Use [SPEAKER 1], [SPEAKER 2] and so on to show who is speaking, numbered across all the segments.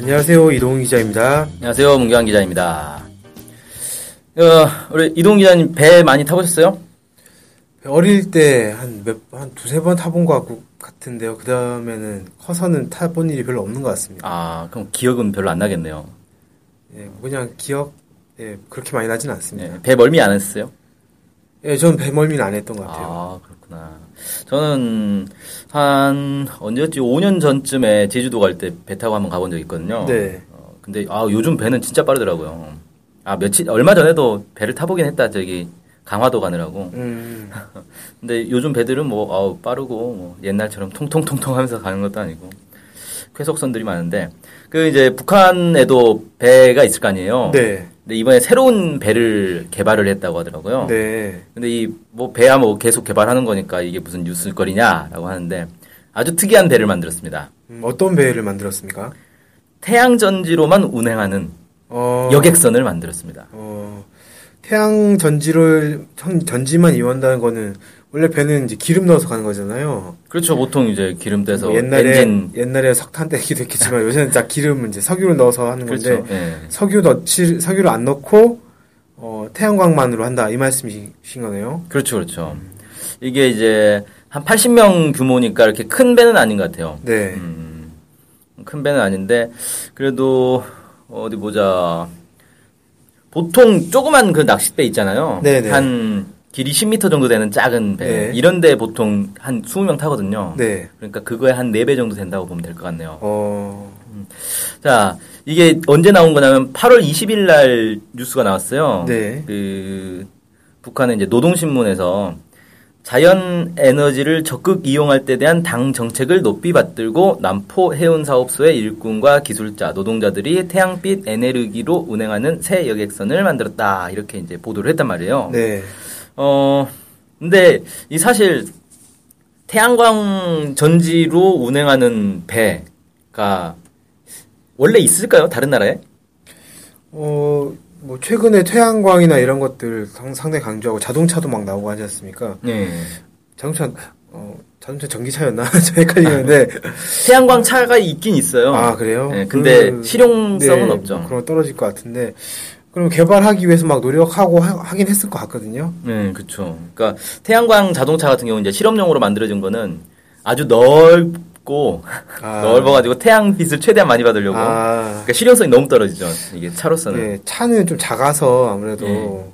[SPEAKER 1] 안녕하세요. 이동훈 기자입니다.
[SPEAKER 2] 안녕하세요. 문경환 기자입니다. 어, 우리 이동 기자님 배 많이 타보셨어요?
[SPEAKER 1] 어릴 때 한 몇, 한 두세 번 타본 것 같고, 같은데요. 그 다음에는 커서는 타본 일이 별로 없는 것 같습니다.
[SPEAKER 2] 아, 그럼 기억은 별로 안 나겠네요.
[SPEAKER 1] 예, 뭐 그냥 기억, 예, 그렇게 많이 나진 않습니다.
[SPEAKER 2] 네, 배 멀미 안 했어요?
[SPEAKER 1] 예, 전 배멀미는 안 했던 것 같아요.
[SPEAKER 2] 아, 그렇구나. 저는 한 언제였지? 5년 전쯤에 제주도 갈 때 배 타고 한번 가본 적 있거든요.
[SPEAKER 1] 네.
[SPEAKER 2] 어, 근데 아, 요즘 배는 진짜 빠르더라고요. 아, 며칠 얼마 전에도 배를 타보긴 했다. 저기 강화도 가느라고.
[SPEAKER 1] 음,
[SPEAKER 2] 근데 요즘 배들은 뭐 아우, 빠르고 뭐 옛날처럼 통통통통 하면서 가는 것도 아니고 쾌속선들이 많은데 그 이제 북한에도 배가 있을 거 아니에요.
[SPEAKER 1] 네.
[SPEAKER 2] 근데 이번에 새로운 배를 개발을 했다고 하더라고요.
[SPEAKER 1] 네.
[SPEAKER 2] 근데 이 뭐 배야 뭐 계속 개발하는 거니까 이게 무슨 뉴스거리냐라고 하는데 아주 특이한 배를 만들었습니다.
[SPEAKER 1] 음, 어떤 배를 만들었습니까?
[SPEAKER 2] 태양 전지로만 운행하는
[SPEAKER 1] 어,
[SPEAKER 2] 여객선을 만들었습니다.
[SPEAKER 1] 어, 태양 전지를, 현- 전지만 이용한다는 거는, 원래 배는 이제 기름 넣어서 가는 거잖아요.
[SPEAKER 2] 그렇죠. 보통 이제 기름 떼서
[SPEAKER 1] 뭐 옛날에,
[SPEAKER 2] 엔진
[SPEAKER 1] 옛날에 석탄 때기도 했겠지만, 요새는 다 기름, 이제 석유를 넣어서 하는 건데,
[SPEAKER 2] 그렇죠. 예.
[SPEAKER 1] 석유 넣지 석유를 안 넣고 어, 태양광만으로 한다 이 말씀이신 거네요.
[SPEAKER 2] 그렇죠, 그렇죠. 이게 이제 한 80명 규모니까 이렇게 큰 배는 아닌 것 같아요.
[SPEAKER 1] 네,
[SPEAKER 2] 음, 큰 배는 아닌데 그래도 어디 보자. 보통 조그만 그 낚싯배 있잖아요.
[SPEAKER 1] 네네.
[SPEAKER 2] 한 길이 10m 정도 되는 작은 배.
[SPEAKER 1] 네.
[SPEAKER 2] 이런 데 보통 한 20명 타거든요.
[SPEAKER 1] 네.
[SPEAKER 2] 그러니까 그거에 한 4배 정도 된다고 보면 될 것 같네요.
[SPEAKER 1] 어,
[SPEAKER 2] 자, 이게 언제 나온 거냐면 8월 20일 날 뉴스가 나왔어요.
[SPEAKER 1] 네.
[SPEAKER 2] 그 북한의 이제 노동신문에서 자연 에너지를 적극 이용할 때 대한 당 정책을 높이 받들고 남포 해운 사업소의 일꾼과 기술자, 노동자들이 태양빛 에너지로 운행하는 새 여객선을 만들었다. 이렇게 이제 보도를 했단 말이에요.
[SPEAKER 1] 네,
[SPEAKER 2] 어, 근데 이 사실 태양광 전지로 운행하는 배가 원래 있을까요? 다른 나라에?
[SPEAKER 1] 어, 뭐 최근에 태양광이나 이런 것들 상- 상당히 강조하고 자동차도 막 나오고 하지 않습니까?
[SPEAKER 2] 예.
[SPEAKER 1] 자동차, 어, 자동차 전기차였나? 저 헷갈리는데
[SPEAKER 2] 태양광 차가 있긴 있어요.
[SPEAKER 1] 아 그래요?
[SPEAKER 2] 예, 근데
[SPEAKER 1] 그-
[SPEAKER 2] 실용성은
[SPEAKER 1] 네,
[SPEAKER 2] 없죠.
[SPEAKER 1] 뭐 그런 거 떨어질 것 같은데 그럼 개발하기 위해서 막 노력하고 하, 하긴 했을 것 같거든요.
[SPEAKER 2] 네, 그렇죠. 그러니까 태양광 자동차 같은 경우는 이제 실험용으로 만들어진 거는 아주 넓고
[SPEAKER 1] 아.
[SPEAKER 2] 넓어가지고 태양빛을 최대한 많이 받으려고.
[SPEAKER 1] 아,
[SPEAKER 2] 그러니까 실용성이 너무 떨어지죠. 이게 차로서는.
[SPEAKER 1] 네, 차는 좀 작아서 아무래도
[SPEAKER 2] 네.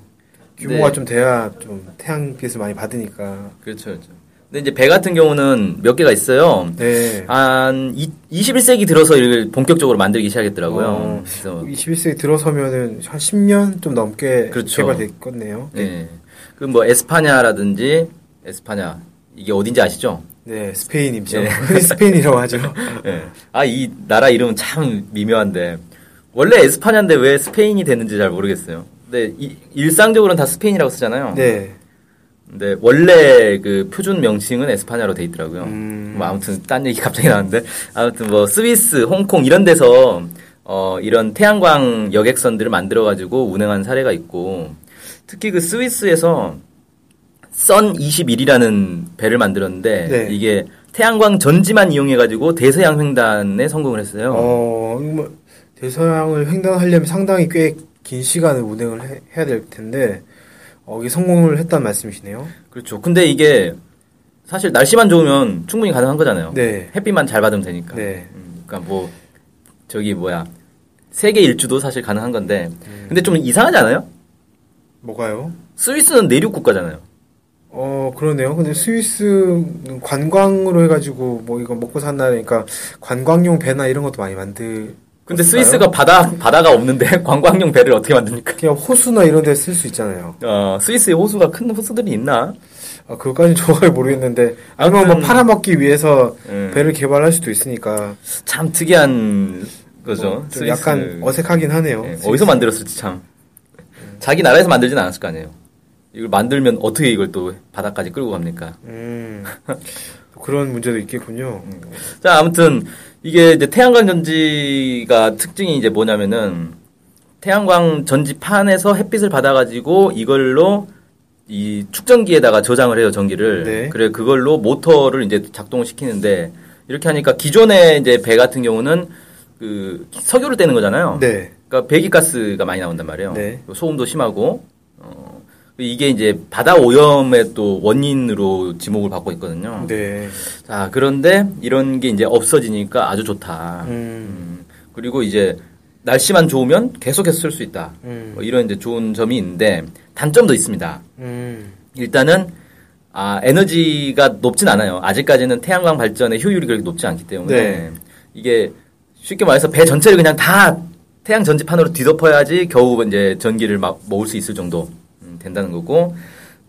[SPEAKER 1] 규모가
[SPEAKER 2] 네.
[SPEAKER 1] 좀 돼야 좀 태양빛을 많이 받으니까.
[SPEAKER 2] 그렇죠, 그렇죠. 근데 이제 배 같은 경우는 몇 개가 있어요.
[SPEAKER 1] 네.
[SPEAKER 2] 한 이, 21세기 들어서 이걸 본격적으로 만들기 시작했더라고요.
[SPEAKER 1] 어,
[SPEAKER 2] 그래서
[SPEAKER 1] 21세기 들어서면은 한 10년 좀 넘게
[SPEAKER 2] 그렇죠.
[SPEAKER 1] 개발됐겠네요. 네.
[SPEAKER 2] 예. 그 뭐 에스파냐라든지 에스파냐 이게 어딘지 아시죠?
[SPEAKER 1] 스페인이죠.
[SPEAKER 2] 네.
[SPEAKER 1] 흔히 스페인이라고 하죠.
[SPEAKER 2] 예. 아 이 나라 이름은 참 미묘한데 원래 에스파냐인데 왜 스페인이 됐는지 잘 모르겠어요. 근데 이- 일상적으로는 다 스페인이라고 쓰잖아요.
[SPEAKER 1] 네.
[SPEAKER 2] 근데 원래 그 표준 명칭은 에스파냐로 돼 있더라고요.
[SPEAKER 1] 음.
[SPEAKER 2] 뭐 아무튼 딴 얘기 갑자기 나왔는데 아무튼 뭐 스위스, 홍콩 이런 데서 어 이런 태양광 여객선들을 만들어 가지고 운행한 사례가 있고 특히 그 스위스에서 선 21이라는 배를 만들었는데
[SPEAKER 1] 네.
[SPEAKER 2] 이게 태양광 전지만 이용해 가지고 대서양 횡단에 성공을 했어요.
[SPEAKER 1] 어, 뭐 대서양을 횡단하려면 상당히 꽤 긴 시간을 운행을 해, 해야 될 텐데 어, 이게 성공을 했단 말씀이시네요.
[SPEAKER 2] 그렇죠. 근데 이게 사실 날씨만 좋으면 충분히 가능한 거잖아요.
[SPEAKER 1] 네.
[SPEAKER 2] 햇빛만 잘 받으면 되니까.
[SPEAKER 1] 네.
[SPEAKER 2] 음, 그러니까 뭐 저기 뭐야 세계 일주도 사실 가능한 건데 근데 좀 이상하지 않아요?
[SPEAKER 1] 뭐가요?
[SPEAKER 2] 스위스는 내륙 국가잖아요.
[SPEAKER 1] 어, 그러네요. 근데 스위스 관광으로 해가지고, 뭐, 이거 먹고 산다니까, 관광용 배나 이런 것도 많이 만들,
[SPEAKER 2] 근데 스위스가 바다 바다가 없는데 관광용 배를 어떻게 만듭니까?
[SPEAKER 1] 그냥 호수나 이런 데 쓸 수 있잖아요.
[SPEAKER 2] 어, 스위스에 호수가 큰 호수들이 있나?
[SPEAKER 1] 아, 그것까지 정확히 모르겠는데 아니면 뭐
[SPEAKER 2] 아무튼-
[SPEAKER 1] 팔아먹기 위해서
[SPEAKER 2] 음.
[SPEAKER 1] 배를 개발할 수도 있으니까
[SPEAKER 2] 참 특이한 거죠.
[SPEAKER 1] 뭐, 좀
[SPEAKER 2] 스위스.
[SPEAKER 1] 약간 어색하긴 하네요.
[SPEAKER 2] 예, 어디서 만들었을지 참. 자기 나라에서 만들진 않았을 거 아니에요. 이걸 만들면 어떻게 이걸 또 바다까지 끌고 갑니까?
[SPEAKER 1] 음, 그런 문제도 있겠군요.
[SPEAKER 2] 자, 아무튼 이게 이제 태양광 전지가 특징이 이제 뭐냐면은 태양광 전지판에서 햇빛을 받아가지고 이걸로 이 축전기에다가 저장을 해요 전기를.
[SPEAKER 1] 네.
[SPEAKER 2] 그래 그걸로 모터를 이제 작동을 시키는데 이렇게 하니까 기존의 이제 배 같은 경우는 그 석유를 떼는 거잖아요.
[SPEAKER 1] 네.
[SPEAKER 2] 그러니까 배기가스가 많이 나온단 말이에요.
[SPEAKER 1] 네.
[SPEAKER 2] 소음도 심하고 어, 이게 이제 바다 오염의 또 원인으로 지목을 받고 있거든요.
[SPEAKER 1] 네.
[SPEAKER 2] 자, 그런데 이런 게 이제 없어지니까 아주 좋다.
[SPEAKER 1] 음,
[SPEAKER 2] 음, 그리고 이제 날씨만 좋으면 계속해서 쓸 수 있다.
[SPEAKER 1] 음.
[SPEAKER 2] 뭐 이런 이제 좋은 점이 있는데 단점도 있습니다.
[SPEAKER 1] 음,
[SPEAKER 2] 일단은 아, 에너지가 높진 않아요. 아직까지는 태양광 발전의 효율이 그렇게 높지 않기 때문에
[SPEAKER 1] 네.
[SPEAKER 2] 이게 쉽게 말해서 배 전체를 그냥 다 태양 전지판으로 뒤덮어야지 겨우 이제 전기를 막 모을 수 있을 정도 음, 된다는 거고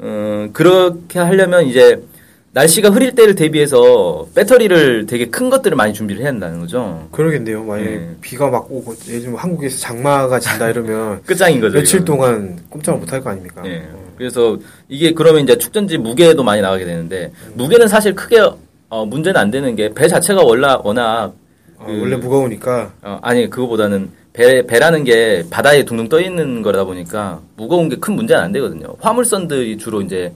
[SPEAKER 2] 음, 그렇게 하려면 이제 날씨가 흐릴 때를 대비해서 배터리를 되게 큰 것들을 많이 준비를 해야 한다는 거죠.
[SPEAKER 1] 그러겠네요. 만약에
[SPEAKER 2] 네.
[SPEAKER 1] 비가 막 오고, 예를 들면 한국에서 장마가 진다 이러면
[SPEAKER 2] 끝장인 거죠.
[SPEAKER 1] 며칠
[SPEAKER 2] 이거는.
[SPEAKER 1] 동안 꼼짝을 못할 거 아닙니까?
[SPEAKER 2] 네, 음. 예. 그래서 이게 그러면 이제 축전지 무게도 많이 나가게 되는데 무게는 사실 크게 어, 문제는 안 되는 게 배 자체가 원라, 워낙
[SPEAKER 1] 어,
[SPEAKER 2] 그-
[SPEAKER 1] 원래 무거우니까.
[SPEAKER 2] 어, 아니 그거보다는 배 배라는 게 바다에 둥둥 떠 있는 거다 보니까 무거운 게 큰 문제는 안 되거든요. 화물선들이 주로 이제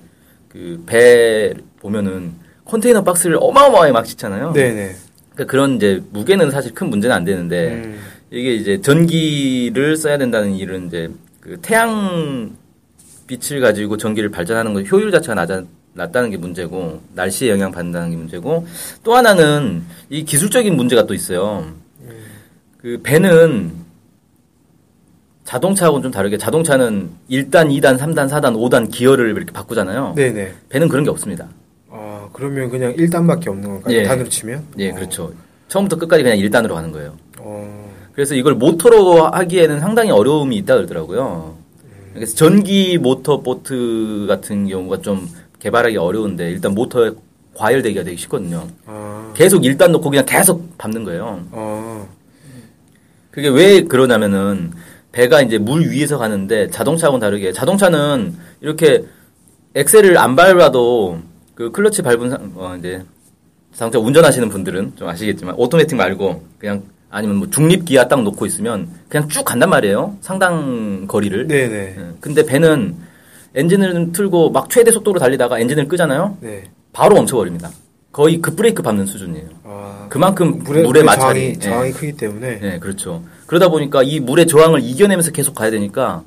[SPEAKER 2] 그 배 보면은 컨테이너 박스를 어마어마하게 막 짓잖아요.
[SPEAKER 1] 네네.
[SPEAKER 2] 그러니까 그런 이제 무게는 사실 큰 문제는 안 되는데
[SPEAKER 1] 음,
[SPEAKER 2] 이게 이제 전기를 써야 된다는 일은 이제 그 태양 빛을 가지고 전기를 발전하는 건 효율 자체가 낮아, 낮다는 게 문제고 날씨에 영향 받는다는 게 문제고 또 하나는 이 기술적인 문제가 또 있어요.
[SPEAKER 1] 음.
[SPEAKER 2] 그 배는 자동차하고는 좀 다르게 자동차는 1단, 2단, 3단, 4단, 5단 기어를 이렇게 바꾸잖아요.
[SPEAKER 1] 네네.
[SPEAKER 2] 배는 그런 게 없습니다.
[SPEAKER 1] 아, 그러면 그냥 1단밖에 없는 건가요?
[SPEAKER 2] 예.
[SPEAKER 1] 단으로 치면?
[SPEAKER 2] 예,
[SPEAKER 1] 어,
[SPEAKER 2] 그렇죠. 처음부터 끝까지 그냥 1단으로 가는 거예요.
[SPEAKER 1] 어,
[SPEAKER 2] 그래서 이걸 모터로 하기에는 상당히 어려움이 있다 그러더라고요. 그래서 전기 모터 보트 같은 경우가 좀 개발하기 어려운데 일단 모터에 과열되기가 되게 쉽거든요.
[SPEAKER 1] 아,
[SPEAKER 2] 계속 일단 놓고 그냥 계속 밟는 거예요.
[SPEAKER 1] 어,
[SPEAKER 2] 그게 왜 그러냐면은 배가 이제 물 위에서 가는데 자동차하고는 다르게 자동차는 이렇게 엑셀을 안 밟아도 그 클러치 밟은 사- 어 이제 자동차 운전하시는 분들은 좀 아시겠지만 오토매틱 말고 그냥 아니면 뭐 중립 기아 딱 놓고 있으면 그냥 쭉 간단 말이에요 상당 거리를
[SPEAKER 1] 네네.
[SPEAKER 2] 예. 근데 배는 엔진을 틀고 막 최대 속도로 달리다가 엔진을 끄잖아요
[SPEAKER 1] 네.
[SPEAKER 2] 바로 멈춰버립니다 거의 그 급브레이크 밟는 수준이에요
[SPEAKER 1] 아,
[SPEAKER 2] 그만큼 물에,
[SPEAKER 1] 물에,
[SPEAKER 2] 물에
[SPEAKER 1] 물에
[SPEAKER 2] 마찰이
[SPEAKER 1] 저항이,
[SPEAKER 2] 예.
[SPEAKER 1] 저항이 크기 때문에.
[SPEAKER 2] 네, 그렇죠. 그러다 보니까 이 물의 저항을 이겨내면서 계속 가야 되니까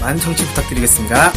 [SPEAKER 3] 많은 청취 부탁드리겠습니다.